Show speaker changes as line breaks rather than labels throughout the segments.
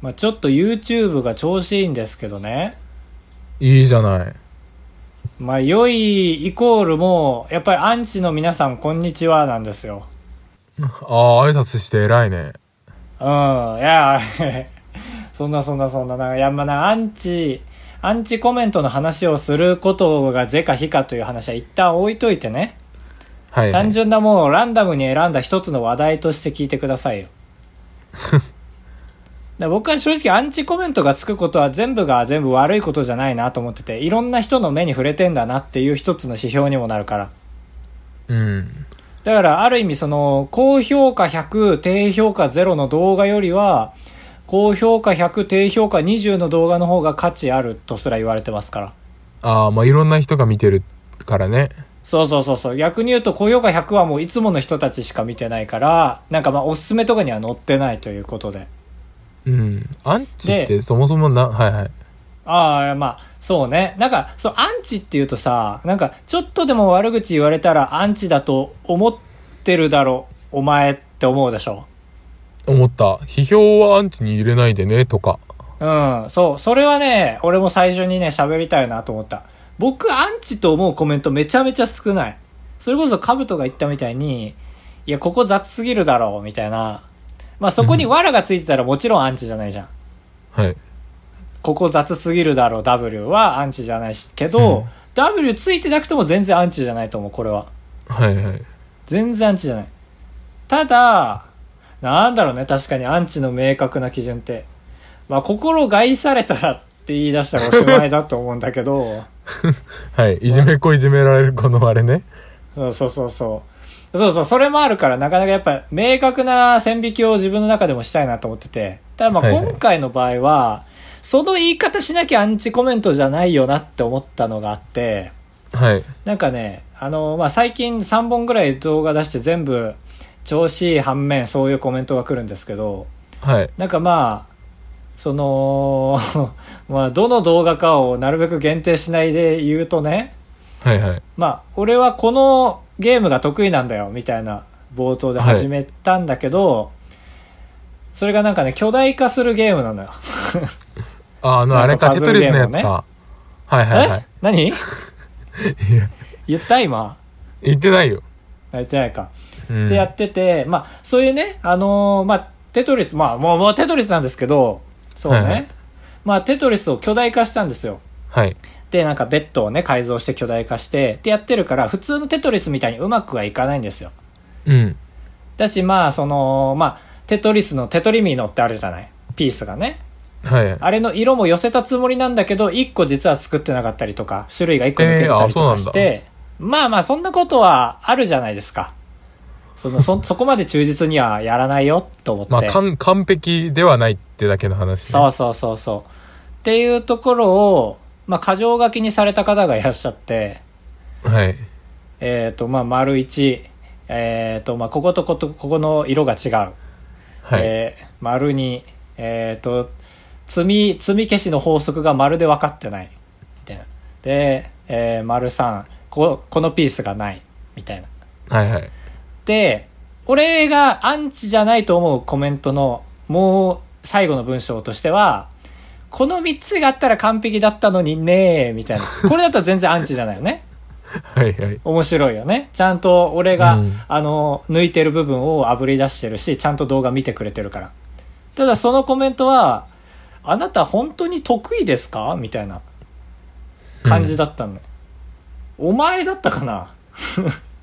まあ、ちょっと YouTube が調子いいんですけどね。
いいじゃない。
まあ、良いイコールも、やっぱりアンチの皆さん、こんにちはなんですよ。
ああ、挨拶して偉いね。
うん。いや、 そんなそんなそんな、なんか、いやまあな、アンチ、アンチコメントの話をすることが是か非かという話は一旦置いといてね。
はい、はい
単。純なもうランダムに選んだ一つの話題として聞いてくださいよ。で僕は正直アンチコメントがつくことは全部が全部悪いことじゃないなと思ってて、いろんな人の目に触れてんだなっていう一つの指標にもなるから。
うん。
だからある意味その、高評価100、低評価0の動画よりは、高評価100、低評価20の動画の方が価値あるとすら言われてますから。
ああ、まあ、いろんな人が見てるからね。
そうそうそうそう。逆に言うと、高評価100はもういつもの人たちしか見てないから、なんかまあおすすめとかには載ってないということで。
うん。アンチっ
で
てそもそもな、はいはい。
ああ、まあ、そうね。なんか、そう、アンチっていうとさ、なんか、ちょっとでも悪口言われたらアンチだと思ってるだろ、お前って思うでしょ。
思った。批評はアンチに入れないでね、とか。
うん、そう、それはね、俺も最初にね、喋りたいなと思った。僕、アンチと思うコメントめちゃめちゃ少ない。それこそ、カブトが言ったみたいに、いや、ここ雑すぎるだろう、みたいな。まあ、そこに藁がついてたらもちろんアンチじゃないじゃん。
はい。
ここ雑すぎるだろう、W はアンチじゃないし、けど、
うん
W ついてなくても全然アンチじゃないと思う、これは。
はいはい。
全然アンチじゃない。ただ、なんだろうね、確かにアンチの明確な基準って。まあ、心を害されたらって言い出したらおしまいだと思うんだけ ど、
はい。いじめっ子いじめられる子のあれね。
そうそうそうそう。そうそう、それもあるから、なかなかやっぱ、明確な線引きを自分の中でもしたいなと思ってて。ただまあ、
はいはい
今回の場合は、その言い方しなきゃアンチコメントじゃないよなって思ったのがあって、
はい。
なんかね、あの、まあ、最近3本ぐらい動画出して全部、調子いい反面、そういうコメントが来るんですけど、
はい。
なんかまあ、その、 まあ、どの動画かをなるべく限定しないで言うとね、
はいはい。
まあ、俺はこのゲームが得意なんだよ、みたいな冒頭で始めたんだけど、それがなんかね、巨大化するゲームなのよ。
あ、あの、
なんか
あれか、
パ
テ
ズ
ト
ル
リ
ゲ
ス
ーム
の
ね
やつか。はい はいは
え何
い。いや、
言った今。
言ってないよ。
言ってないか。
うん。
でやってて、まあ、そういうね、あのーまあ、テトリス、まあ、もう、もうテトリスなんですけど、そうね。
はいはい
まあ、テトリスを巨大化したんですよ。
はい。
で、なんかベッドをね、改造して巨大化して、ってやってるから、普通のテトリスみたいにうまくはいかないんですよ。
うん。
だし、まあ、その、まあ、テトリスのテトリミーノってあるじゃないピースがね。
はい。え
あれの色も寄せたつもりなんだけど、1個実は作ってなかったりとか、種類が1個抜けてたりとかし
え
て、まあまあ、そんなことはあるじゃないですか。その、そ、 そこまで忠実にはやらないよ、と思って。
まあ、完完璧ではないってだけの話ね。
そうそうそうそう。っていうところを、まあ、過剰書きにされた方がいらっしゃって、
はい。
えっ、と、まあ、丸1、えっ、と、まあ、こことこと、ここの色が違う。
はい。
えー丸に、えっ、と、積み、積み消しの法則が丸で分かってない。みたいな。で、えー丸3、こ、このピースがない。みたいな。
はいはい。
で、俺がアンチじゃないと思うコメントの、もう最後の文章としては、この3つがあったら完璧だったのにねーみたいな。これだったら全然アンチじゃないよね。
はい はい。
面白いよね。ちゃんと俺が、
うん
あの、抜いてる部分を炙り出してるし、ちゃんと動画見てくれてるから。ただそのコメントは、あなた本当に得意ですかみたいな感じだったの、ねお前だったかな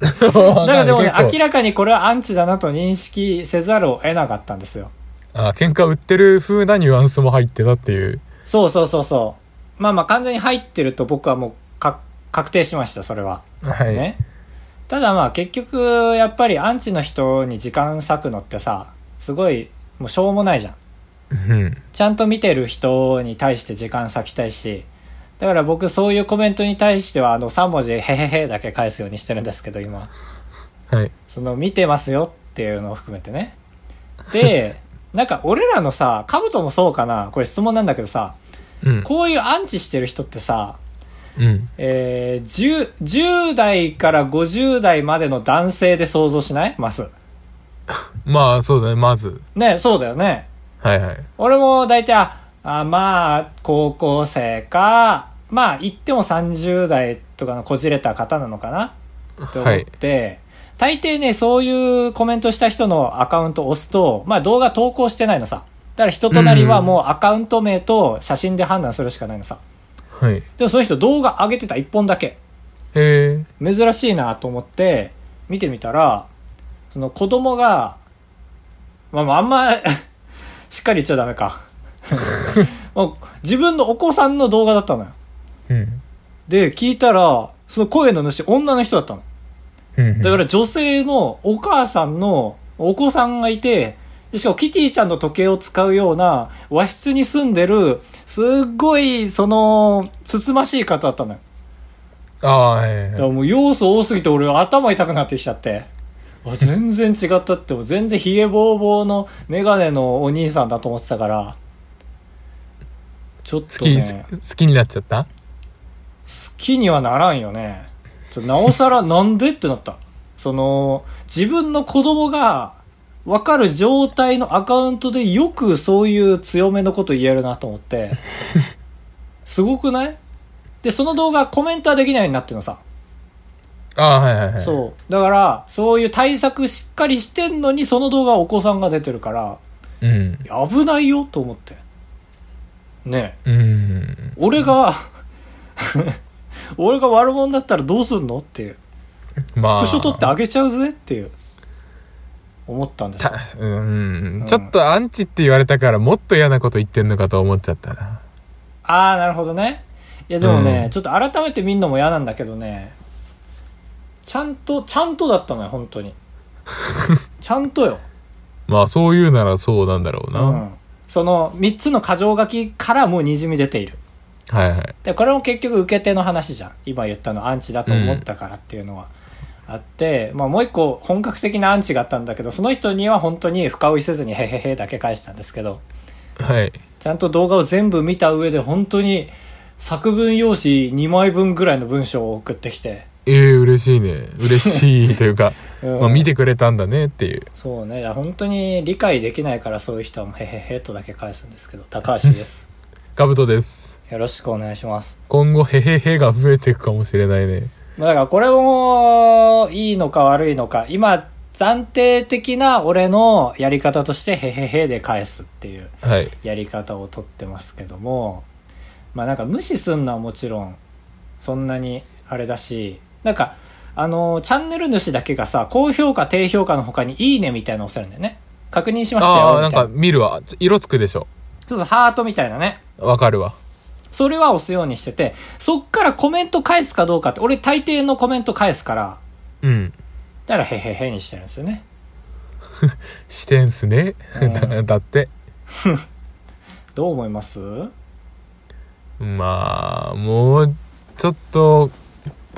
だ
だからでもね、明
ら
らかにこれはアンチだなと認識せざるを得なかったんですよ。
あ、喧嘩売ってる風なニュアンスも入ってたっていう。
そうそうそうそう。まあまあ完全に入ってると僕はもうか確定しました、それは。
はい。
ね。ただまあ結局、やっぱりアンチの人に時間割くのってさ、すごい、もうしょうもないじゃん。
うん。
ちゃんと見てる人に対して時間割きたいし、だから僕そういうコメントに対してはあの3文字へへへだけ返すようにしてるんですけど今。
はい。
その見てますよっていうのを含めてね。で、 なんか俺らのさ、カブトもそうかな、これ質問なんだけどさ、
うん。
こういうアンチしてる人ってさ、
うん。
えー、10、10代から50代までの男性で想像しないます。
まあ、そうだね、まず。
ね、そうだよね。
はいはい。
俺も大体、ああまあ、高校生か、まあ、言っても30代とかのこじれた方なのかなと思って、大抵ね、そういうコメントした人のアカウントを押すと、まあ動画投稿してないのさ。だから人となりはもうアカウント名と写真で判断するしかないのさ。
はい。
でもその人動画上げてた1本だけ。
え
珍しいなと思って見てみたらその子供がまあまああんま しっかり言っちゃダメ かもう自分のお子さんの動画だったのよ
えうん。
で聞いたらその声の主女の人だったの
うん。
だから女性のお母さんのお子さんがいてしかもキティちゃんの時計を使うような和室に住んでるすっごいそのつつましい方だったのよ
ら、ああー、はい
だ
はい
か
はい。
らもう要素多すぎて俺頭痛くなってきちゃって。あ全然違ったって、もう全然ヒゲボーボーのメガネのお兄さんだと思ってたから。ちょっ
好
と
き、
ね、好
好き好きになっちゃった
きにはならんよね。ちょなおさらなんでってなった。その、自分の子供がわかる状態のアカウントでよくそういう強めのこと言えるなと思って。すごくないで、その動画コメントはできないようになってるのさ。
ああー、はいはいはい。う。
そう。だから、そういう対策しっかりしてんのに、その動画はお子さんが出てるから、
うん
い。や危ないよと思って。ねえ
うん。
俺が、 俺が悪者だったらどうすんのっていう。ス
まあ。
クショ撮ってあげちゃうぜっていう、思ったんですよ
た。うん、ちょっとアンチって言われたからもっと嫌なこと言ってんのかと思っちゃったな。
あー、なるほどね。いや、でもね、
うん
ちょっと改めて見んのも嫌なんだけどね、ちゃんと、ちゃんとだったのよ、本当 に。ちゃんとよ。
まあそう言うならそうなんだろうな。
うん、その3つの箇条書きからもうにじみ出ている
はいはい。
でこれも結局受け手の話じゃん今言ったのアンチだと思ったからっていうのはあって、まあ、もう一個本格的なアンチがあったんだけどその人には本当に深追いせずに「へへへ」だけ返したんですけど
はい。
ちゃんと動画を全部見た上で本当に作文用紙2枚分ぐらいの文章を送ってきて、
ええ嬉しいね。嬉しいというか、
うん
まあ見てくれたんだねっていう。
そうねいや本当に理解できないからそういう人はもう「へへへ」とだけ返すんですけど高橋です
カブトです。
よろしくお願いします
今後、へへへが増えていくかもしれないね。
まあだからこれもいいのか悪いのか今暫定的な俺のやり方として「へへへ」で返すっていう
はい。
やり方をとってますけどもまあなんか無視すんのはもちろんそんなにあれだしなんかあのチャンネル主だけがさ高評価低評価の他に「いいね」みたいなの押せるんだよね確認しました
あ
よ
あ、
み
なん
たいな
か見るわ。色つくでしょ。
ちょっとハートみたいなね
わかるわ。
それは押すようにしててそっからコメント返すかどうかって俺大抵のコメント返すから
うん。
だから「へへへ」にしてるんですよね
してんすね。
う
だって。
どう思います
まあ、もう、ちょっと、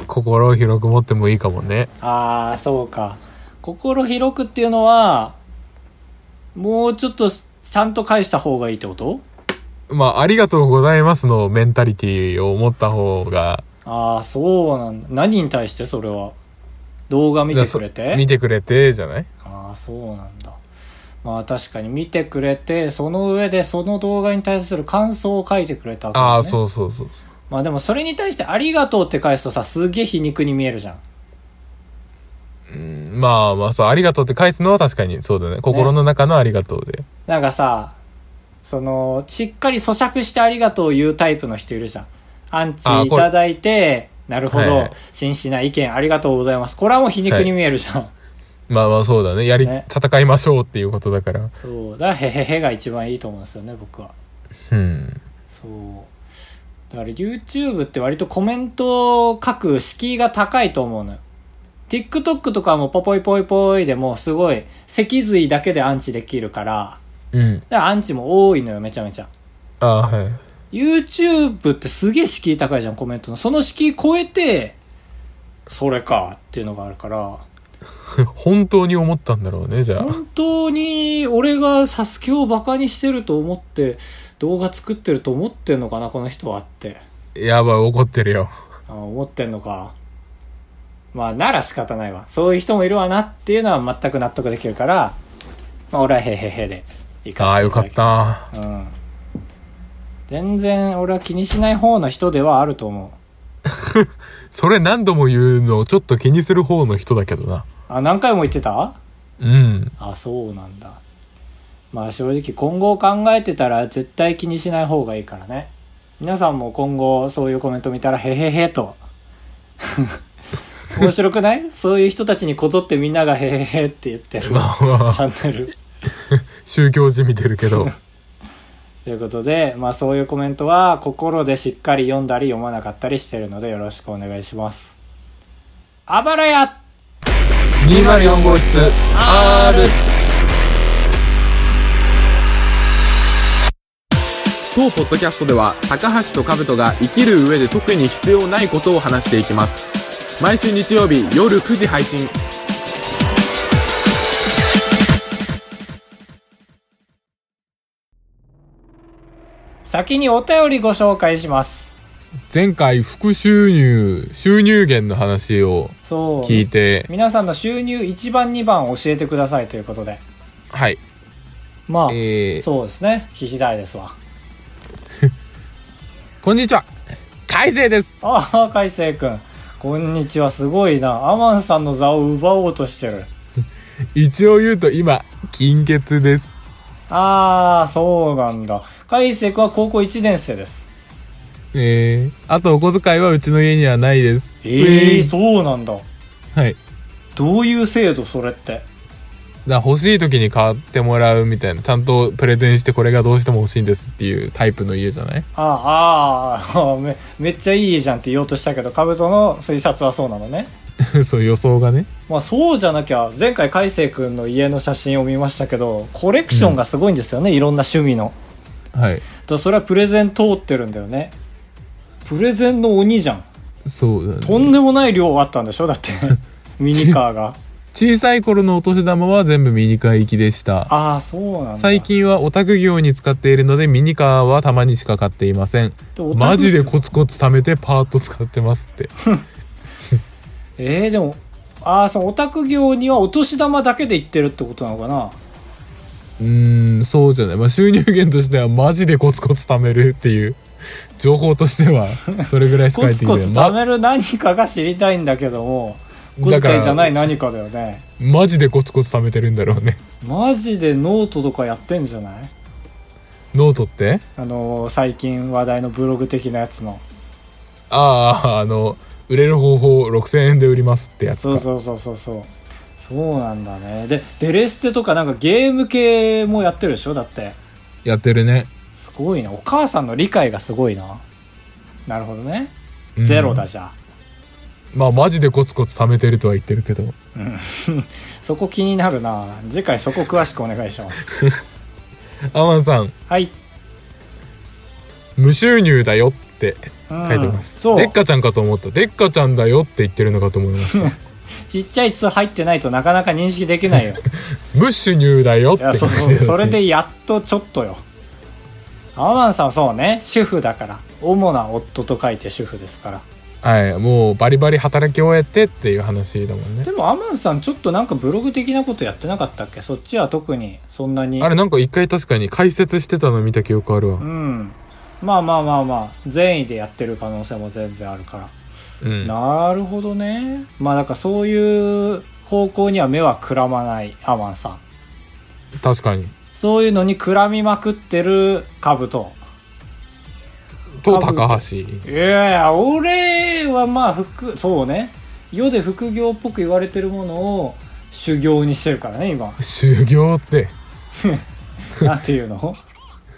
心を広く持ってもいいかもね。
ああそうか心広くっていうのはもうちょっとちゃんと返した方がいいってこと
まあ、ありがとうございますのメンタリティーを持った方が、
ああそうなんだ何に対してそれは動画見てくれ
じゃあそ
て
見てくれて、じゃない
ああそうなんだまあ確かに見てくれてその上でその動画に対する感想を書いてくれたわけだね
ああ、そうそうそうそう。
まあでもそれに対して「ありがとう」って返すとさすげえ皮肉に見えるじゃん
うんまあまあ、そう、ありがとうって返すのは確かにそうだね。心の中のありがとうで。
なんかさ、その、しっかり咀嚼してありがとうを言うタイプの人いるじゃん。アンチ
あ
い
これ
ただいて、なるほど、
はいはい
真摯な意見ありがとうございます。これはもう皮肉に見えるじゃん。
まあまあ、そうだね。やり、
ね
戦いましょうっていうことだから。
そう。だから、へへへが一番いいと思うんですよね、僕は。
うん。
そう。だから YouTube って割とコメントを書く敷居が高いと思うのよ。TikTok とかもポポイポイポイでもうすごい脊髄だけでアンチできるから、
うん。
だからアンチも多いのよ、めちゃめちゃ。
ああ、はい。
YouTube ってすげえ敷居高いじゃん、コメントの。その敷居超えて、それかっていうのがあるから、
本当に思ったんだろうね、じゃあ。
本当に俺がサスケをバカにしてると思って、動画作ってると思ってんのかな、この人はって。
やばい、怒ってるよ。
あ思ってんのか。まあ、なら仕方ないわ。そういう人もいるわなっていうのは全く納得できるから、まあ、俺はへへへで行か
あ
せ
あ、
てい
よか
だ
っ
き
た。
うん。全然俺は気にしない方の人ではあると思う。
それ何度も言うのをちょっと気にする方の人だけどな。
あ、何回も言ってた
うん。
あ、そうなんだ。まあ正直今後を考えてたら絶対気にしない方がいいからね。皆さんも今後そういうコメント見たらへへへ と。面白くないそういう人たちにこぞってみんながへへへって言ってるチ
まあまあ、
ャンネル。
宗教じみてるけど。
ということで、まあそういうコメントは心でしっかり読んだり読まなかったりしてるのでよろしくお願いします。あばらや
204号室 R! 当ポッドキャストでは高橋と兜が生きる上で特に必要ないことを話していきます毎週日曜日夜9時配信
先にお便りご紹介します。
前回副収入収入源の話を
そう。
聞いて
皆さんの収入1番2番を教えてくださいということで
はい
まあ、
えー、
そうですね聞きたいですわ
こんにちは大勢です
ああ海星君こんにちはすごいなアマンさんの座を奪おうとしてる
一応言うと今金欠です
ああそうなんだ海星君は高校1年生です
えー、あとお小遣いはうちの家にはないです
ええそうなんだ
はい
どういう制度それって
だから欲しい時に買ってもらうみたいなちゃんとプレゼンしてこれがどうしても欲しいんですっていうタイプの家じゃない
あーあー めめっちゃいいじゃんって言おうとしたけどカブトの推察はそうなのね
そう予想がね
まあそうじゃなきゃ前回海星君の家の写真を見ましたけどコレクションがすごいんですよね、いろんな趣味の
はい
だからそれはプレゼン通ってるんだよねプレゼンの鬼じゃん
そうだね
とんでもない量あったんでしょだって ミニカーが
小さい頃のお年玉は全部ミニカー行きでした
ああそうなんだ
最近はオタク業に使っているのでミニカーはたまにしか買っていません
オタク
マジでコツコツ貯めてパーッと使ってますって
えー、でもああそのオタク業にはお年玉だけで行ってるってことなのかな
うーんそうじゃない、まあ、収入源としてはマジでコツコツ貯めるっていう情報としてはそれぐらいしか
コ
入って
ツ
きてな
コ
い
ツ
ま
貯める何かが知りたいんだけども小
だから
遣いじゃない何かだよね
マジでコツコツ貯めてるんだろうね
マジでノートとかやってんじゃない
ノートって
あのー最近話題のブログ的なやつの
あああの売れる方法6000円で売りますってやつ
そう
か
そうそうそうそうそうなんだねでデレステとかなんかゲーム系もやってるでしょだって
やってるね、
すごいなお母さんの理解がすごいななるほどね
うん
ゼロだじゃあ、
まあマジでコツコツ貯めてるとは言ってるけど
そこ気になるな次回そこ詳しくお願いします
アマンさん
はい、
無収入だよって
うん
書いてます、
そ
で
う
っかちゃんかと思ったでっかちゃんだよって言ってるのかと思いました
ちっちゃい「つ」入ってないとなかなか認識でき ないよ
無収入だよっ
い
て
やそう
書いて
そ
ま
う
すね
それでやっとちょっとよアマンさんはそうね主婦だから主な夫と書いて主婦ですから
はいもうバリバリ働き終えてっていう話だもんね
でもアマンさんちょっとなんかブログ的なことやってなかったっけそっちは特にそんなに
あれなんか一回確かに解説してたの見た記憶あるわ
うんまあまあまあまあ善意でやってる可能性も全然あるから、
うん
なるほどねまあだからそういう方向には目はくらまないアマンさん
確かに
そういうのにくらみまくってるカブト
と
多分
高橋
いやいや俺はまあ副そうね世で副業っぽく言われてるものを修行にしてるからね今
修行って
なんていうの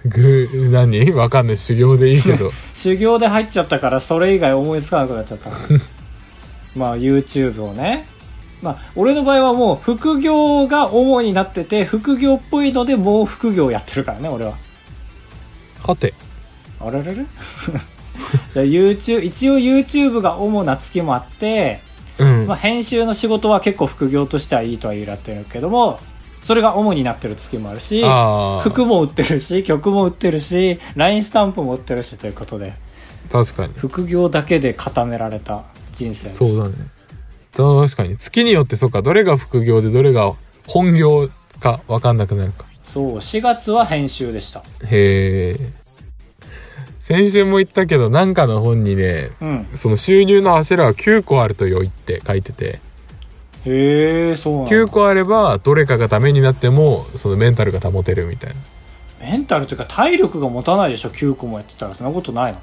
ぐ何わかんない修行でいいけど
修行で入っちゃったからそれ以外思いつかなくなっちゃった まあ YouTube をねまあ俺の場合はもう副業が主になってて副業っぽいのでもう副業やってるからね俺は
はて
あれ れれで YouTube 一応 YouTube が主な月もあって、
うん
まあ、編集の仕事は結構副業としてはいいとは言られてるけどもそれが主になってる月もあるし
ああ
服も売ってるし曲も売ってるし LINE スタンプも売ってるしということで
確かに
副業だけで固められた人生です
そうだね確かに月によってそうかどれが副業でどれが本業かわかんなくなるか
そう、4月は編集でした。
へえ。先週も言ったけど、なんかの本にね、
うん。
その収入の柱は9個あると良いって書いてて、
へえ、そうなんだ
9個あれば、どれかがダメになっても、そのメンタルが保てるみたいな。
メンタルというか体力が持たないでしょ、9個もやってたら。そんなことないの。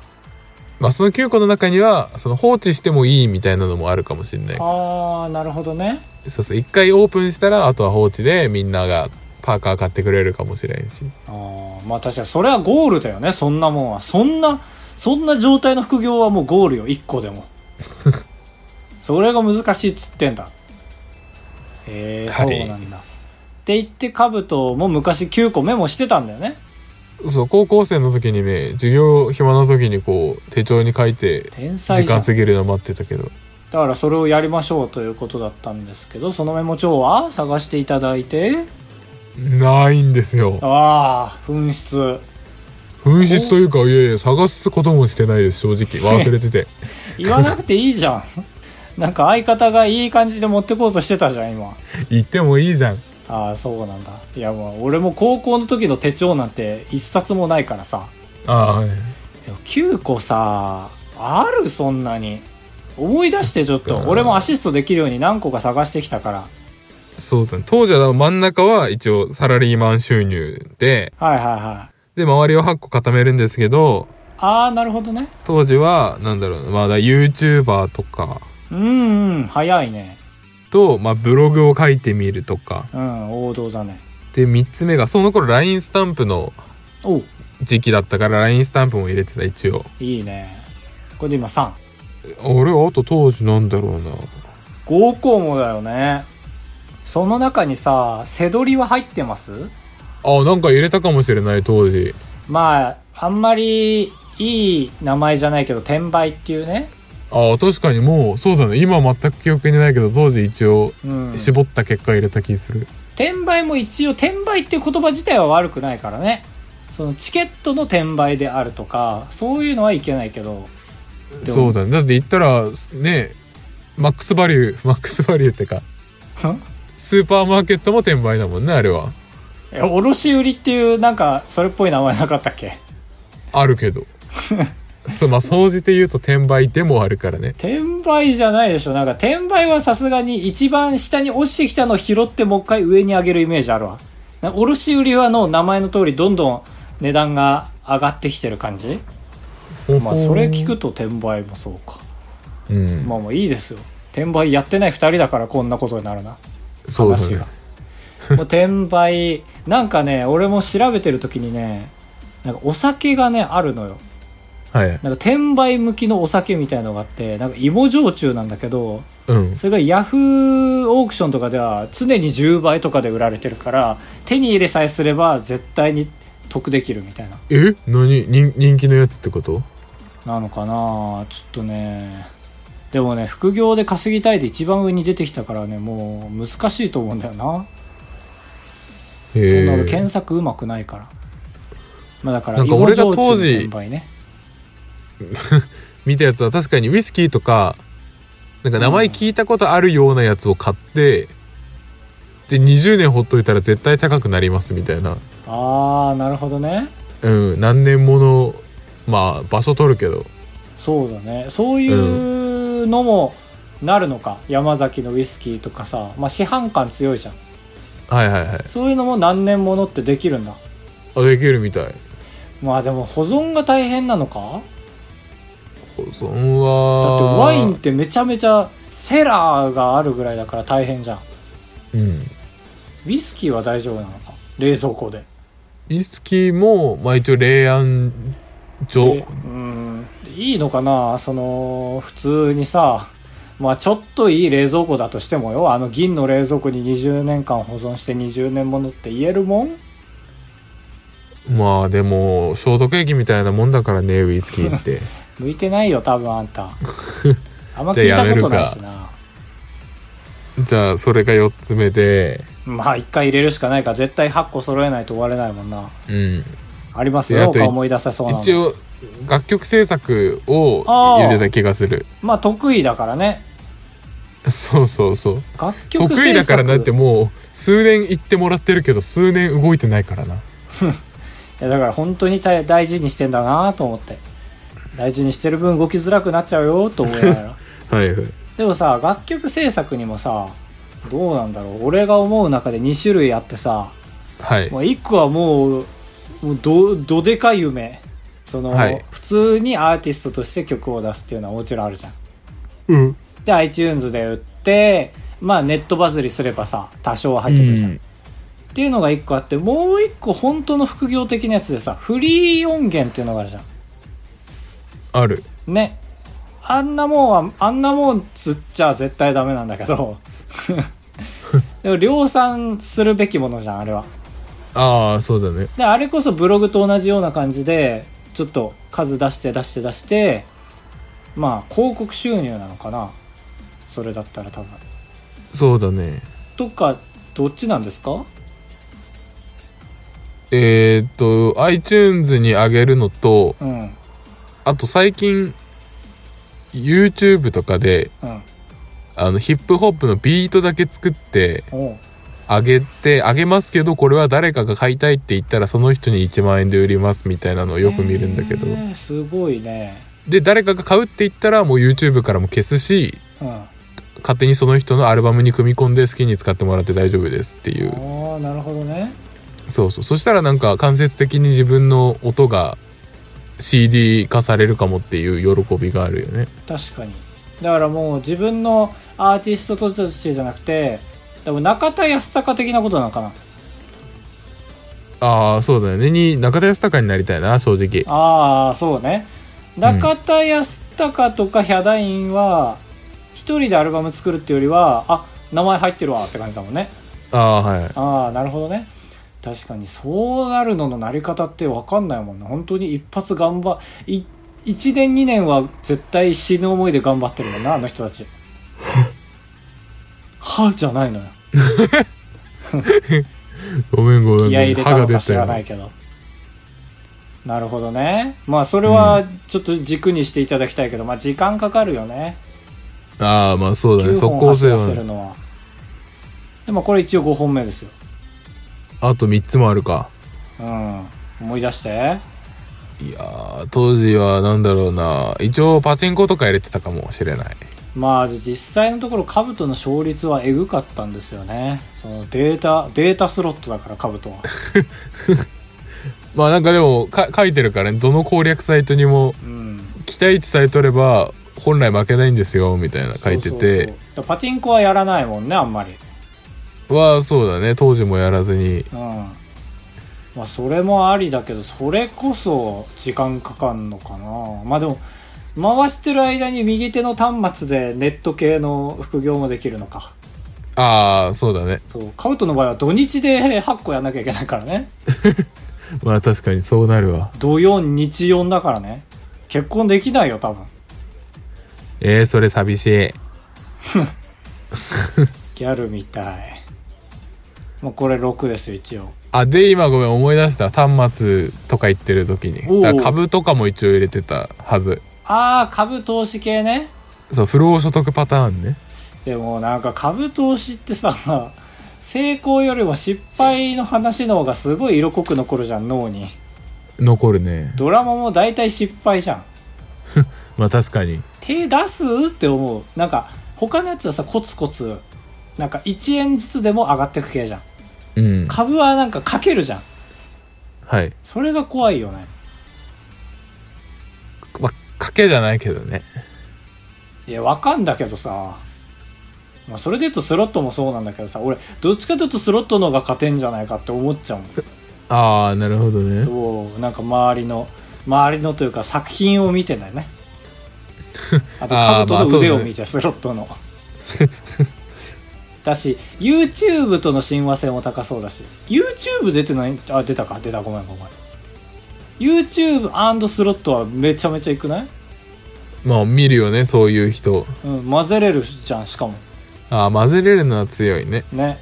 まあその9個の中には、その放置してもいいみたいなのもあるかもしれない。
あー、なるほどね。
そうそう、一回オープンしたら、あとは放置でみんながパーカー買ってくれるかもしれんし。
あーまあ確かにそれはゴールだよね、そんなもんは。そんな、そんな状態の副業はもうゴールよ、1個で も。それが難しいっつってんだ。へえ、そ
は
う
い
なんだ。って言って、カブトも昔9個メモしてたんだよね。
そう、高校生の時にね、授業暇な時にこう、手帳に書いて、
天才
時
じゃん
間。過ぎるの待ってたけど。
だからそれをやりましょうということだったんですけど、そのメモ帳は探していただいて、
ないんですよ。
ああ、紛失。
紛失というか、いやいや、探すこともしてないです、正直。忘れてて。
言わなくていいじゃん。 なんか相方がいい感じで持ってこうとしてたじゃん、今。
言ってもいいじゃん。
ああ、そうなんだ。いや、もう俺も高校の時の手帳なんて一冊もないからさ。
ああ、はい。
でも9個さ、あるそんなに。思い出してちょっと、
うん
俺もアシストできるように何個か探してきたから。
そうだね。当時は真ん中は一応サラリーマン収入で、
はいはいはい。
で、周りを8個固めるんですけど、
ああ、なるほどね。
当時は、なんだろうな、まだ YouTuber とか、
うん、うん、早いね。
と、まあ、ブログを書いてみるとか。
うん、王道だね。
で、3つ目が、その頃 LINE スタンプの
おう
時期だったから LINE スタンプも入れてた、一応。
いいね。これで今3。
俺はあと当時なんだろうな。
合項もだよね。その中にさ、背取りは入ってます
あ、なんか入れたかもしれない、当時。
まあ、あんまりいい名前じゃないけど、転売っていうね。
ああ確かにもうそうだね今は全く記憶にないけど当時一応
うん。
絞った結果入れた気する、
転売も一応、転売っていう言葉自体は悪くないからね。そのチケットの転売であるとか、そういうのはいけないけど。でも
そうだねだって言ったらねマックスバリューマ ックスバリューってか
ん
スーパーマーケットも転売だもんねあれは
え、卸売りっていう、なんか、それっぽい名前なかったっけ
ある けどそうまあ総じて言うと転売でもあるからね
転売じゃないでしょ。なんか、転売はさすがに一番下に落ちてきたのを拾ってもう一回上に上げるイメージあるわ。な卸売りはの名前の通り、どんどん値段が上がってきてる感じまあそれ聞くと転売もそうか
うん、
まあまあいいですよ転売やってない2人だからこんなことになるな
そうだ
話
ね
が、もう転売なんかね俺も調べてる時にねなんかお酒がねあるのよ
はい
なんか転売向きのお酒みたいのがあってなんか芋焼酎なんだけど
うん
それがヤフーオークションとかでは常に10倍とかで売られてるから手に入れさえすれば絶対に得できるみたいな
え何人人気のやつってこと
なのかなちょっとねでもね副業で稼ぎたいで一番上に出てきたからねもう難しいと思うんだよな、そんな俺
へえ
検索うまくないからまあだから
なんか俺が当
芋焼
時
酎の転売ね
見たやつは確かにウイスキーとかなんか名前聞いたことあるようなやつを買って、で20年ほっといたら絶対高くなりますみたいな、
ああなるほどね
うん、何年ものまあ場所取るけど
そうだねそういうのもなるのか、山崎のウイスキーとかさ、まあ、市販感強いじゃん
はいはいはい
そういうのも何年ものってできるんだ
あできるみたい
まあでも保存が大変なのか
保存
だ
は
ってワインってめちゃめちゃセラーがあるぐらいだから大変じゃん
うん
ウイスキーは大丈夫なのか冷蔵庫で
ウイスキーもまあ一応冷暗
で
所
うんいいのかなその普通にさまあちょっといい冷蔵庫だとしてもよあの銀の冷蔵庫に20年間保存して20年ものって言えるもん
まあでも消毒液みたいなもんだからねウイスキーって
向いてないよ多分あんたあんま聞いたことないしな
じゃあそれが4つ目で
まあ一回入れるしかないから絶対8個揃えないと終われないもんな
うん
あります
であ
よ
とい
他思い出せそうな
一
の
応楽曲制作を
あー
入れた気がする
まあ得意だからね
そうそうそう
楽曲
得意
制
だ
作
からなってもう数年行ってもらってるけど数年動いてないからない
やだから本当に大大事にしてんだなと思って大事にしてる分動きづらくなっちゃうよと思いな がら
はいはい
でもさ楽曲制作にもさどうなんだろう俺が思う中で2種類あってさ
はい
もう1個はもうもうどどでかい夢その、
はい
普通にアーティストとして曲を出すっていうのはもちろんあるじゃん
うん
で iTunes で売ってまあネットバズりすればさ多少は入ってくるじゃん、っていうのが1個あってもう1個本当の副業的なやつでさフリー音源っていうのがあるじゃ
ある
んねあんなもんはあんなもんつっちゃ絶対ダメなんだけど でも量産するべきものじゃんあれは
ああそうだね
であれこそブログと同じような感じでちょっと数出して出して出してまあ広告収入なのかなそれだったら多分
そうだね
とかどっちなんですか
えー、っと iTunes に上げるのと
うんうん
あと最近 YouTube とかであのヒップホップのビートだけ作って
おう
上げて上げますけどこれは誰かが買いたいって言ったらその人に1万円で売りますみたいなのをよく見るんだけど、
へーすごいね
で誰かが買うって言ったらもう YouTube からも消すし
うんあ
勝手にその人のアルバムに組み込んで好きに使ってもらって大丈夫ですっていう
あなるほどね
そうそうそしたらなんか間接的に自分の音が CD 化されるかもっていう喜びがあるよね
確かにだからもう自分のアーティストとしてじゃなくて多分中田康隆的なことなのかな
ああそうだよねに中田康隆になりたいな正直
ああそうね中田康隆とかヒャダインは一人でアルバム作るっていうよりはあ名前入ってるわって感じだもんね
ああはい
ああなるほどね確かにそうなるののなり方って分かんないもんね本当に一発頑張い1年2年は絶対死ぬ思いで頑張ってるもんなあの人たち はじゃないのよ
ごめんごめんごめん
気合い入れた
歯
の
が
か
出た
知
よ
らないけどなるほどねまあそれはちょっと軸にしていただきたいけど、まあ時間かかるよね
ああまあそうだね
9
即
本
効
走
性
ら
は
せ
ね
るのはでもこれ一応5本目ですよ
あと3つもあるか
うん思い出して
いやー当時はなんだろうな一応パチンコとか入れてたかもしれない
まあ実際のところカブトの勝率はえぐかったんですよねそのデータデータスロットだからカブトは
まあなんかでもか書いてるからねどの攻略サイトにも
うん
期待値さえ取れば本来負けないんですよみたいな書い
そ
て
うそう
て
そうパチンコはやらないもんねあんまり
はそうだね当時もやらずに
うんまあそれもありだけどそれこそ時間かかんのかなまあでも回してる間に右手の端末でネット系の副業もできるのか
ああそうだね
そうカブトの場合は土日で8個やんなきゃいけないからね
まあ確かにそうなるわ
土曜日曜だからね結婚できないよ多分
えー、それ寂しい
ギャルみたいもうこれ6ですよ一応
あで今ごめん思い出した端末とか言ってる時に
おう
だから株とかも一応入れてたはず
ああ株投資系ね
そう不労所得パターンね
でもなんか株投資ってさ成功よりも失敗の話の方がすごい色濃く残るじゃん脳に
残るね
ドラマも大体失敗じゃん
まあ確かに
手出すって思うなんか他のやつはさコツコツなんか1円ずつでも上がってく系じゃん
うん
株はなんかかけるじゃん
はい
それが怖いよね
まあ賭けじゃないけどね
いや、わかんだけどさ。まあ、それで言うとスロットもそうなんだけどさ、俺、どっちかというとスロットの方が勝てんじゃないかって思っちゃうもん。
ああなるほどね
そう、なんか周りの、周りのというか作品を見てんだ よね。あと、カ
あー
ブト
まあ
の腕
そう
を
だね
見て、スロットの。だし、YouTube との親和性も高そうだし、YouTube 出てないあ、出たか、出た、ごめんごめん。YouTube& スロットはめちゃめちゃいくない
まあ見るよねそういう人
うん、混ぜれるじゃん、しかも。
ああ混ぜれるのは強いね
ね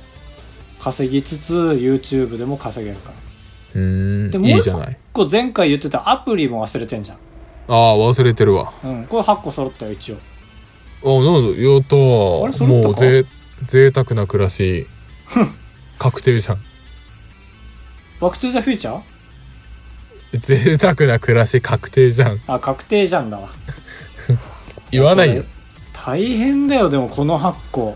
稼ぎつつ YouTube でも稼げるから
うー
で
ん
もう
いい
一
じゃ
個
ない
こう前回言ってたアプリも忘れてんじゃん
ああ忘れてるわ
うんこれ8個揃ったよ一応
あなんだやったー
あれ揃ったか
もうぜ贅沢な暮らし確定じゃん
バックトゥザフューチャー
贅沢な暮らし確定じゃん
あ、確定じゃんだわ。
言わない
こ
よ
れ大変だよでもこの8個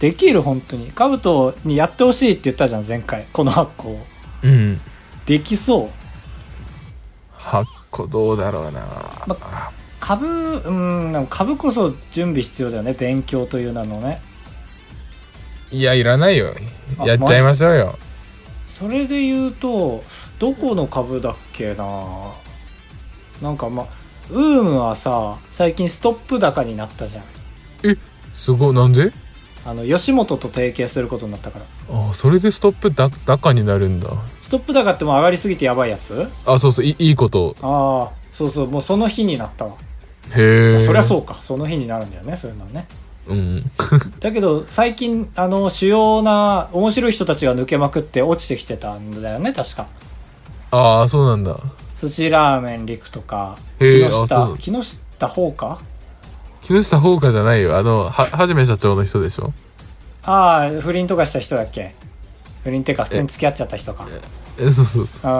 できる本当にカブトにやってほしいって言ったじゃん前回この8個を
うん
できそう
8個どうだろうな
株うんでも株こそ準備必要だよね勉強という名のね
いやいらないよ
あ
やっちゃいましょうよ
それで言うとどこの株だっけななんかまあウームはさ最近ストップ高になったじゃん
すごいなんで
あの吉本と提携することになったから
あそれでストップだ高になるんだ
ストップ高ってもう上がりすぎてやばいやつ
あそうそういいいこと
ああそうそうもうその日になったわ
へえ
そりゃそううかその日になるんだよねそういうのはね
うん
だけど最近あの主要な面白い人たちが抜けまくって落ちてきてたんだよね確か
ああそうなんだ
寿司ラーメン陸とか木
へーあそうな
下
んだ
木下ほうか
木下ほうかじゃないよあのははじめ社長の人でしょ
ああ不倫とかした人だっけ不倫っていうか普通に付き合っちゃった人か
えそうそうそ
うん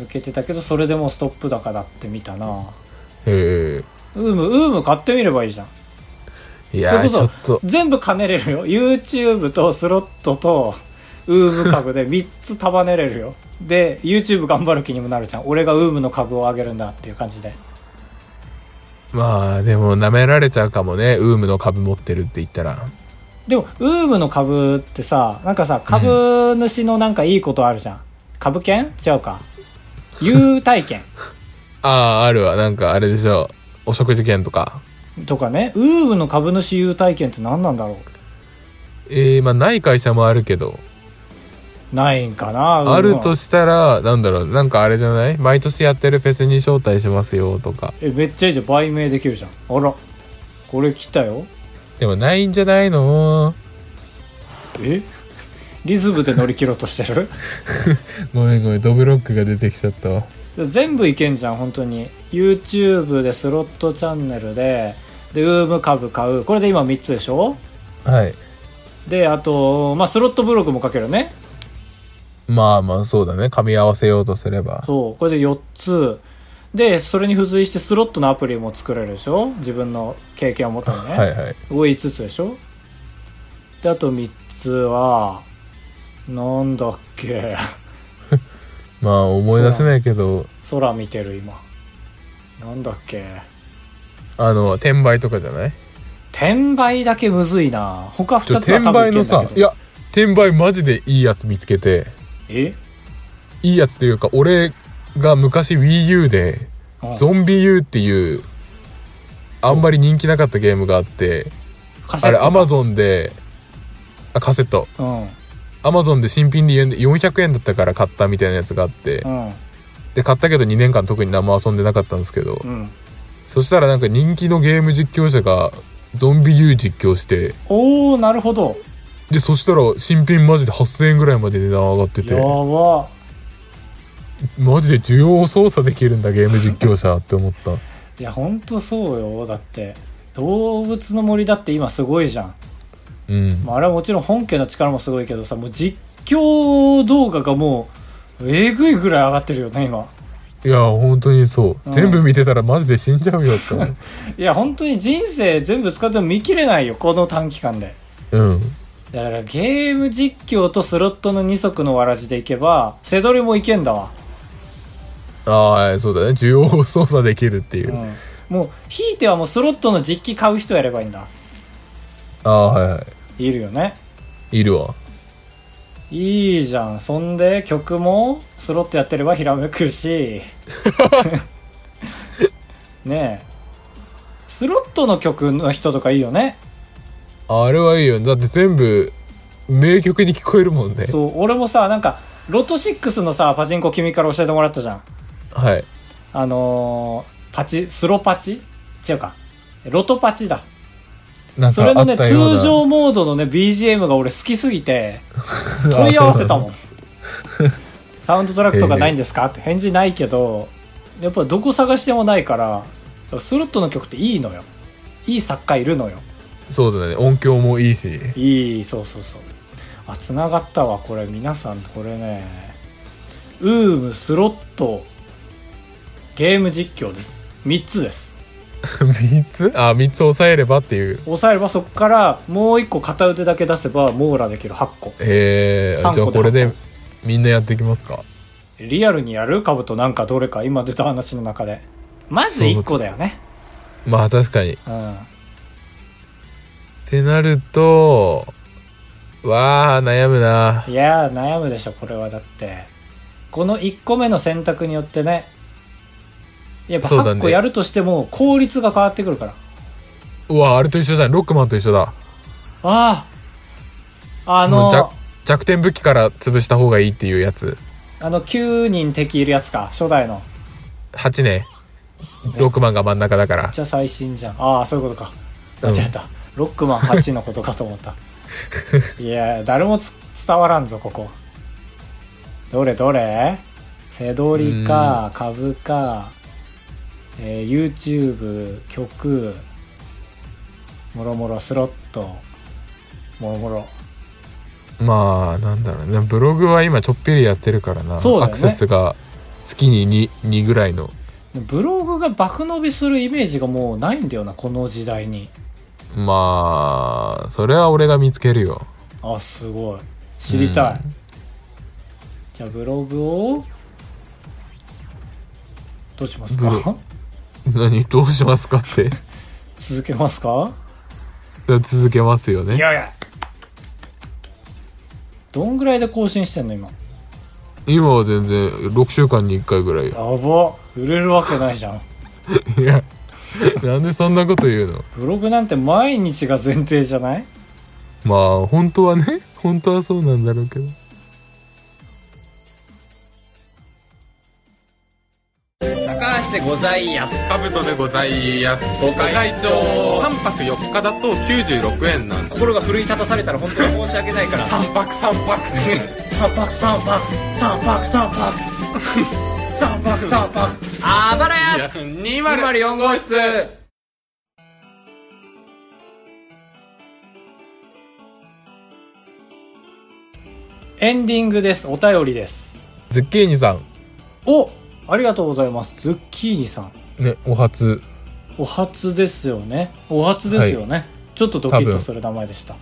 抜けてたけどそれでもうストップ高だって見たな
うへ
ウームウーム買ってみればいいじゃん
えいやーち
そ
ょ
れ
っ
こそ
と
全部兼ねれるよ YouTube とスロットとウーム株で3つ束ねれるよで YouTube 頑張る気にもなるじゃん俺がウームの株を上げるんだっていう感じで
まあでも舐められちゃうかもねウームの株持ってるって言ったら
でもウームの株ってさなんかさ株主のなんかいいことあるじゃん、株券違う か優待券
あああるわなんかあれでしょお食事券とか
とかねウームの株主優待券って何なんだろ
えー、まあない会社もあるけど
うないんかなウームは
あるとしたらなんだろうなんかあれじゃない毎年やってるフェスに招待しますよとか
えめっちゃいいじゃん売名できるじゃんあらこれ来たよ
でもないんじゃないの
えリズムで乗り切ろうとしてる
ごめんごめんドブロックが出てきちゃったわ
全部いけんじゃん本当に YouTube でスロットチャンネルででウーム株買うこれで今3つでしょ
はい
であと、まあ、スロットブログもかけるね
まあまあそうだね噛み合わせようとすれば
そうこれで4つでそれに付随してスロットのアプリも作れるでしょ自分の経験をもとにね、
はいはい
これ5つでしょであと3つはなんだっけ
まあ思い出せないけど
空見てる今なんだっけ
あの転売とかじゃない
転売だけむずいな他
ちょ
2つは
転
多分い
売
け
の
んだ
さ
けど
いや転売マジでいいやつ見つけて
え
いいやつっていうか俺が昔 WiiU で
うん
ゾンビ U っていうあんまり人気なかったゲームがあって
カセ
あ
ッ
れ
ト
アマゾンであカセット
うん
アマゾンで新品で400円だったから買ったみたいなやつがあって
うん
で買ったけど2年間特に何も遊んでなかったんですけど
うん
そしたらなんか人気のゲーム実況者がゾンビ U 実況して
おおなるほど
でそしたら新品マジで8000円ぐらいまで値段上がってて
やば
マジで需要を操作できるんだゲーム実況者って思った
いやほんとそうよだって動物の森だって今すごいじゃん、
うん
まあ、あれはもちろん本家の力もすごいけどさもう実況動画がもうえぐいぐらい上がってるよね今
いや本当にそう、
うん
全部見てたらマジで死んじゃうよっ て思う
いや本当に人生全部使っても見切れないよこの短期間で
うん
だからゲーム実況とスロットの二足のわらじでいけば背取りもいけんだわ、
ああそうだね需要を操作できるっていうう、あ
ん、もうひいてはもうスロットの実機買う人やればいいんだ
あはいはい
いるよね
いるわ
いいじゃんそんで曲もスロットやってればひらめくしねえスロットの曲の人とかいいよね
あれはいいよだって全部名曲に聞こえるもんね
そう俺もさなんかロト6のさパチンコ君から教えてもらったじゃん
はい
あのーパチスロパチ違うかロトパチだ
なん
そ
か
れ
あ
の
っ
ね
たような
通常モードのね BGM が俺好きすぎ て問い合わせたもんサウンドトラックとかないんですかって返事ないけどやっぱどこ探してもないからスロットの曲っていいのよいい作家いるのよ
そうだね音響もいいし
いいそうそうそうあつながったわこれ皆さんこれねウームスロットゲーム実況です3つです
3つあ三3つ抑えればっていう
押さえればそこからもう1個片腕だけ出せば網羅できる8個
えー、
三個
じゃあこれ
で
で
も
みんなやっていきますか
リアルにやるカブとなんかどれか今出た話の中でまず1個だよね
まあ確かにっ
うん
てなるとわあ悩むない
やー悩むでしょこれはだってこの1個目の選択によってねやっぱ
そうだ
8
ね
個やるとしても効率が変わってくるから、
うわあれと一緒じゃんロックマンと一緒だ
あああ
その
の
弱弱点武器から潰した方がいいっていうやつ
あの9人敵いるやつか初代の
8ねロックマンが真ん中だから
めっちゃ最新じゃんああそういうことか
うん
間違えた、ロックマン8のことかと思った いやー誰もつ伝わらんぞここどれどれセドリか株か、えー YouTube 曲もろもろスロットもろもろ
まあなんだろうねブログは今ちょっぴりやってるからな、
そうだよね
アクセスが月に 2, 2ぐらいの
ブログが爆伸びするイメージがもうないんだよなこの時代に
まあそれは俺が見つけるよ
あすごい知りたい、
うん
じゃあブログをどうします
ブ
か
何 どうしますかって
続けますか
続けますよ
い
ね
やいやどんぐらいで更新してんの今や
今は全然6週間に1回ぐらいよ
ば売れるわけ ないじゃん
いやなんでそんなこと言うの
ブログなんて毎日が前提じゃない
まあ本当はね 本当はそうなんだろうけど
高橋でございやす
カブトでございますご
会長
3泊4日だと96円なんで
心が奮い立たされたら本当に申し訳ないから三泊三泊三泊三泊三泊三泊三泊三泊あばらや
204号室
エンディングですお便りです
ズッキーニさ
おありがとうございますズッキーニさん
んねお 初
お初ですよねお初ですよね、ちょっとドキッとする名前でした、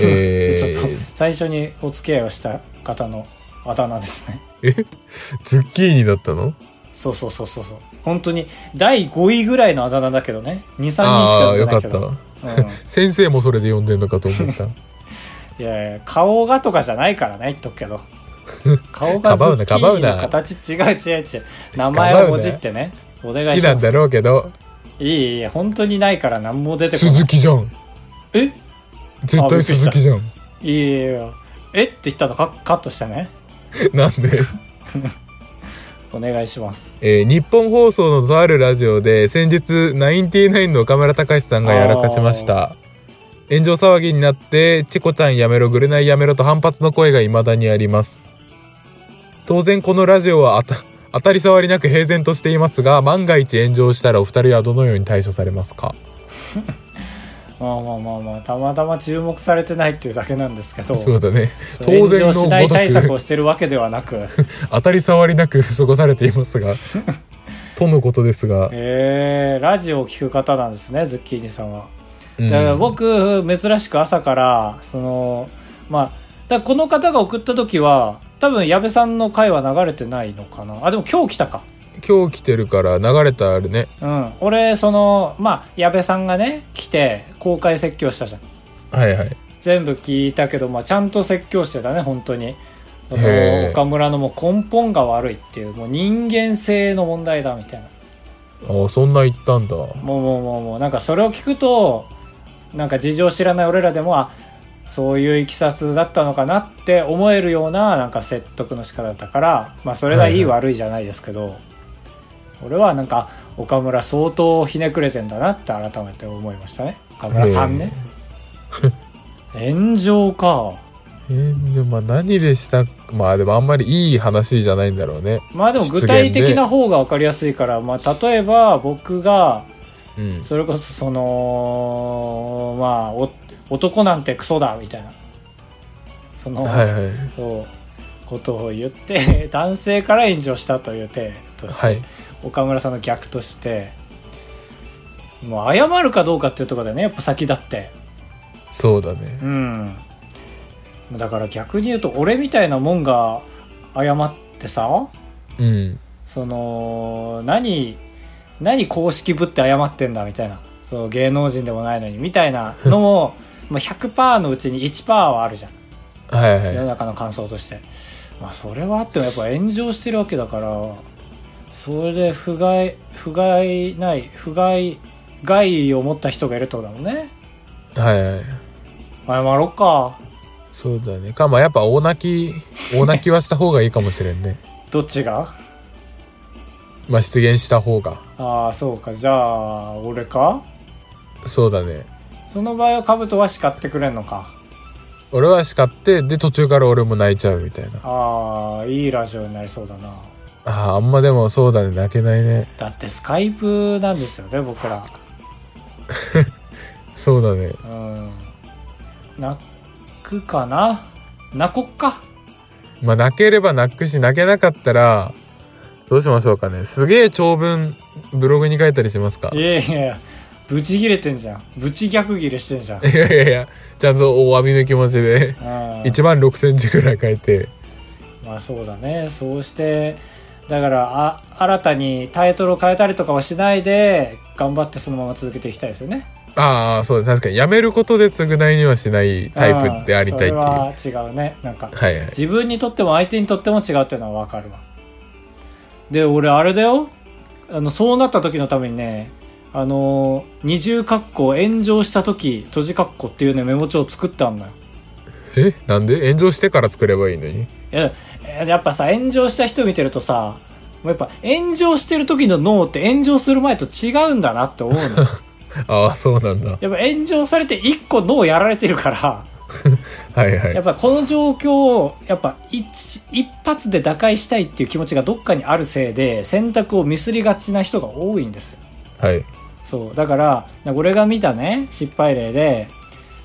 え
ちょっと
ー、
最初にお付き合いをした方のあだ名ですね
ズッキーニだったの
そうそうそうそうそう本当に第5位ぐらいのあだ名だけどね23人し
あ
か
あー
出て
よか
ない
っ
けど
た
うん、
先生もそれで呼んでんのかと思っ た
いやいや顔がとかじゃないからね言っとくけど顔が
か
ズ
ばう
ッ
な
キ
かば
ー
う
ニ
な
の形違う違う違う名前をもじってねお願いします
好きなんだろうけど
いいいい本当にないから何も出てこない
鈴木じゃん
え
絶対鈴木じゃん
いいよいいよえって言ったのカカットしてね
なんで、
お願いします
えー日本放送のとあるラジオで先日ナインティナインの岡村隆史さんがやらかしました炎上騒ぎになって「チコちゃんやめろぐれないやめろ」と反発の声が未だにあります当然このラジオはあた当たり障りなく平然としていますが万が一炎上したらお二人はどのように対処されますか
まあまあまあまあたまたま注目されてないっていうだけなんですけど
そうだね
そ
当
う炎
然の
上しない対
ご
策
と
を
く
してるわけではなく
当たり障りなく過ごされていますがとのことですが、
えー、ラジオを聞く方なんですねズッキーニさんは
うん
だから僕珍しく朝からそのまあだからこの方が送った時は多分矢部さんの回は流れてないのかなあでも今日来たか
今日来てるから流れたあるね
うん俺そのまあ矢部さんがね来て公開説教したじゃん
はいはい
全部聞いたけど、まあ、ちゃんと説教してたね本当にあ
へ
の
ー
岡村のもう根本が悪いっていうもう人間性の問題だみたいな
ああそんな言ったんだ
もうもうもうもうなんかそれを聞くとなんか事情知らない俺らでもあそういういきさつだったのかなって思えるようななんか説得の仕方だったから、まあ、それがいい
は
悪いじゃないですけど、俺はなんか岡村相当ひねくれてんだなって改めて思いましたね岡村さんね炎上か
えー、でもまあ何でしたまあでもあんまりいい話じゃないんだろうね
まあでも具体的な方が分かりやすいから、まあ、例えば僕が
うん
それこそそのまあお男なんてクソだみたいなその、
はいはい
そうことを言って 男性から炎上したという体として、
はい
岡村さんの逆としてもう謝るかどうかっていうところだよねやっぱ先だって
そうだね
うんだから逆に言うと俺みたいなもんが謝ってさ
うん
その何何公式ぶって謝ってんだみたいなその芸能人でもないのにみたいなのもまあ100%のうちに1%はあるじゃん
はい
世の
はい
中の感想として、まあそれはあってもやっぱ炎上してるわけだからそれで不甲斐不甲斐ない不甲斐害を持った人がいるってことだもんね
はいはい
謝ろうか
そうだねかまあやっぱ大泣 き大泣きはした方がいいかもしれんね
どっちが
まあ出現した方が
ああそうかじゃあ俺か
そうだね
その場合はカブトは叱ってくれんのか
俺は叱ってで途中から俺も泣いちゃうみたいな
ああいいラジオになりそうだな
あーあんまでもそうだね泣けないね
だってスカイプなんですよね僕ら
そうだね
うん泣くかな泣こっか
まあ泣ければ泣くし泣けなかったらどうしましょうかねすげえ長文ブログに書いたりしますか
いやいやいやブチギレてんじゃんブチ逆ギレしてんじゃん
いやいやいやちゃんとお詫びの気持ちで
うん
1万6センチぐらい書いて
まあそうだねそうしてだからあ新たにタイトルを変えたりとかはしないで頑張ってそのまま続けていきたいですよね
ああそうだ確かにやめることで償いにはしないタイプでありたいっていうは
うんそれは違うねなんか
いはい
自分にとっても相手にとっても違うっていうのは分かるわで俺あれだよあのそうなった時のためにねあの二重括弧炎上した時閉じ括弧っていうねメモ帳を作ったんだよ
えなんで炎上してから作ればいいの
い
に
やえーやっぱさ炎上した人見てるとさもうやっぱ炎上してる時の脳って炎上する前と違うんだなって思うのやっ
ああそうなんだ
ぱ炎上されて一個脳やられてるから
はいは
やっ
い
ぱこの状況をやっぱ一一発で打開したいっていう気持ちがどっかにあるせいで選択をミスりがちな人が多いんですよ
はい
そうだからな俺が見たね失敗例で、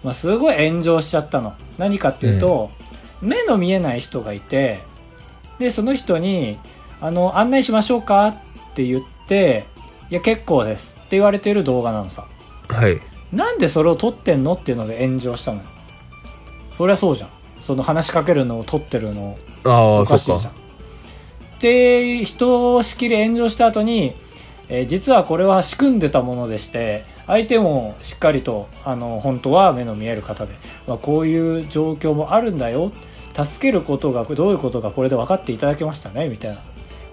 まあ、すごい炎上しちゃったの何かっていうと、目の見えない人がいてでその人にあの「案内しましょうか?」って言って「いや結構です」って言われてる動画なのさ
はい
なんでそれを撮ってんのっていうので炎上したのよそりゃそうじゃんその話しかけるのを撮ってるのを
あ
お
あ
か
そ
しい
っ
じゃ
か
ん。で、人をしきり炎上した後に、えー実はこれは仕組んでたものでして、相手もしっかりと、あの、本当は目の見える方で、まあ、こういう状況もあるんだよ。助けることが、どういうことがこれで分かっていただけましたね、みたいな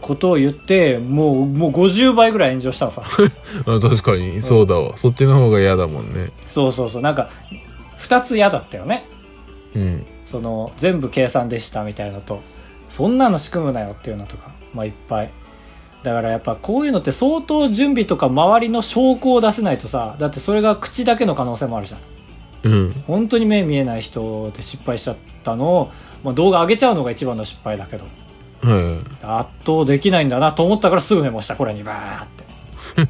ことを言って、もう、もう50倍ぐらい炎上したの さ。
あ確かにそうだわ、そっちの方が嫌だもんね
そうそうそう、なんか、2つ嫌だったよね。
うん
その全部計算でしたみたいなのとそんなの仕組むなよっていうのとかまあいっぱいだからやっぱこういうのって相当準備とか周りの証拠を出せないとさだってそれが口だけの可能性もあるじゃん
うん
本当に目見えない人で失敗しちゃったのを、まあ、動画上げちゃうのが一番の失敗だけど
は
圧倒できないんだなと思ったからすぐメモしたこれにバーって っ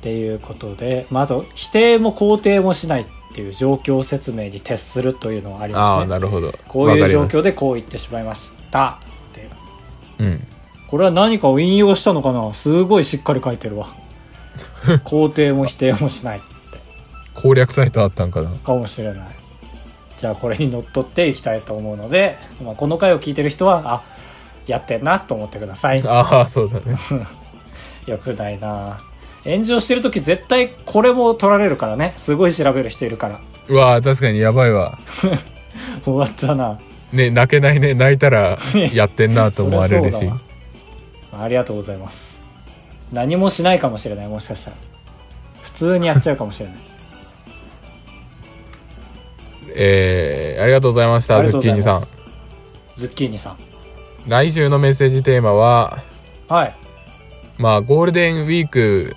ていうことで、まあ、あと否定も肯定もしないっていう状況説明に徹するというのはあり
い
ます
あ
ね
あなるほど
こういう状
わか
況でこう言ってしまいましたっていう
りますうん
これは何かを引用したのかなすごいしっかり書いてるわ肯定も否定もしないって
攻略サイトあったんかな
かもしれないじゃあこれにのっとっていきたいと思うので、まあ、この回を聞いてる人はあやってんなと思ってください
ああそうだ ね
よくないな炎上してる時絶対これも取られるからねすごい調べる人いるから
うわー確かにやばいわ
終わったな
ね泣けないね泣いたらやってんなと思われる
そり
し
ゃそうだわありがとうございます何もしないかもしれないもしかしたら普通にやっちゃうかもしれない
えー、ありがとうございまし
あ
た
り
ズ
がと
ッ
うござ
キー
い
ニさ
ま
ん
すズッキーニさん
来週のメッセージテーマは
はい
まあゴールデンウィーク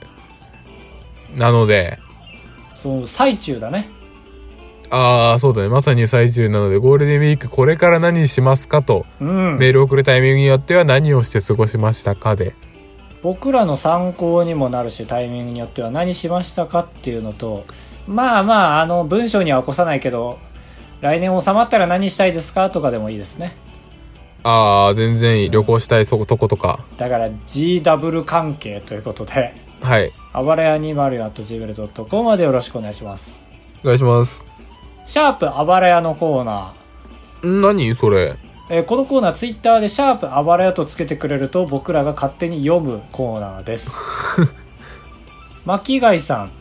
なので
その最中だね
ああそうだねまさに最中なのでゴールデンウィークこれから何しますかと、
うん
メールを送るタイミングによっては何をして過ごしましたかで
僕らの参考にもなるしタイミングによっては何しましたかっていうのとまあまああの文章には起こさないけど来年収まったら何したいですかとかでもいいですね。
ああ全然いい旅行したいそことことか
だから GW 関係ということで、
はい
暴れ屋 204.gmail.com までよろしくお願いします。
お願いします
シャープ暴れ屋のコーナ
ん何それ
ー。えーこのコーナーツイッターでシャープ暴れ屋とつけてくれると僕らが勝手に読むコーナー です。巻貝さん、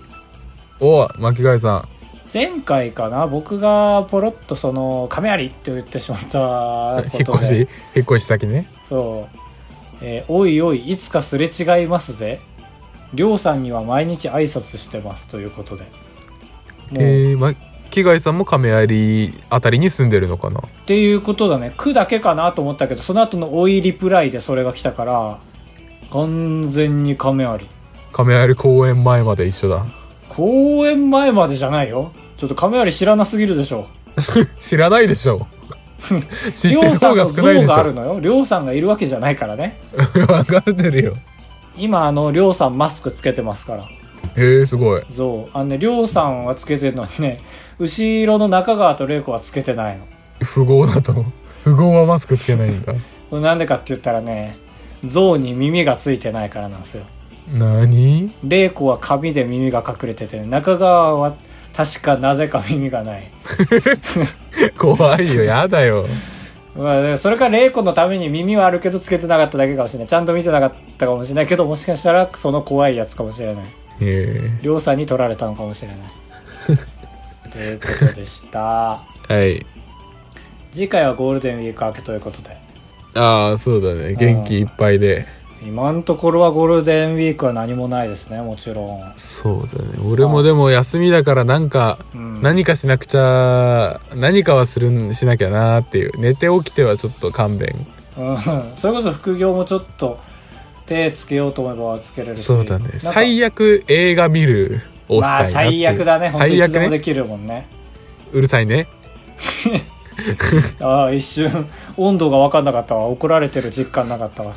おお巻貝さん
前回かな僕がポロッとその亀有って言ってしまったこ
引っ
と
越し
で
引っ越し先ね
そう、えーおいおいいつかすれ違いますぜりょうさんには毎日挨拶してますということでもう、
えー、巻貝さんも亀有あたりに住んでるのかな
っていうことだね「く」だけかなと思ったけどその後の「おいリプライ」でそれが来たから完全に亀有
亀有公園前まで一緒だ
公演前までじゃないよちょっと亀有知らなすぎるでしょ
知らないで しょ知
り
っ
ょ
て
う
る
さ
方
んの
が少ない
像
でし
があ
ょ
るのよりょうさんがいるわけじゃないからね
分かってるよ
今あのりょうさんマスクつけてますから
へえすごい
そうあのねりょうさんはつけてるのにね後ろの中川と玲子はつけてないの
富豪だと 富豪はマスクつけないんだ
これなんでかって言ったらね象に耳がついてないからなんですよ
何
玲子は髪で耳が隠れてて、中川は確かなぜか耳がない、
怖いよやだよ
まあ、それか玲子のために耳はあるけどつけてなかっただけかもしれないちゃんと見てなかったかもしれないけどもしかしたらその怖いやつかもしれない
へ
りょうさんに取られたのかもしれないということでした
えはい
次回はゴールデンウィーク明けということで
ああそうだね元気いっぱいで
今のところはゴールデンウィークは何もないですねもちろん
そうだね俺もでも休みだからなんか
うん
何かしなくちゃ何かはするんしなきゃなーっていう寝て起きてはちょっと勘弁
うんそれこそ副業もちょっと手つけようと思えばつけれるし
そうだ
なん
ね
か
最悪映画見るをし
まあ
たいなっ
最
ていう
悪だね本当にい
最
つ
悪
でも
ね
できるもんね
うるさいね
ああ一瞬温度が分かんなかったわ怒られてる実感なか ったわ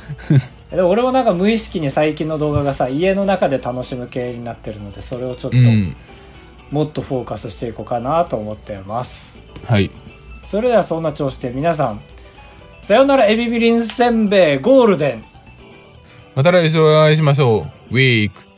でも俺もなんか無意識に最近の動画がさ家の中で楽しむ系になってるのでそれをちょっと、
うん
もっとフォーカスしていこうかなと思ってます
はい
それではそんな調子で皆さんさよならエビビリンせんべいゴールデン
また来週お会いしましょうウィーク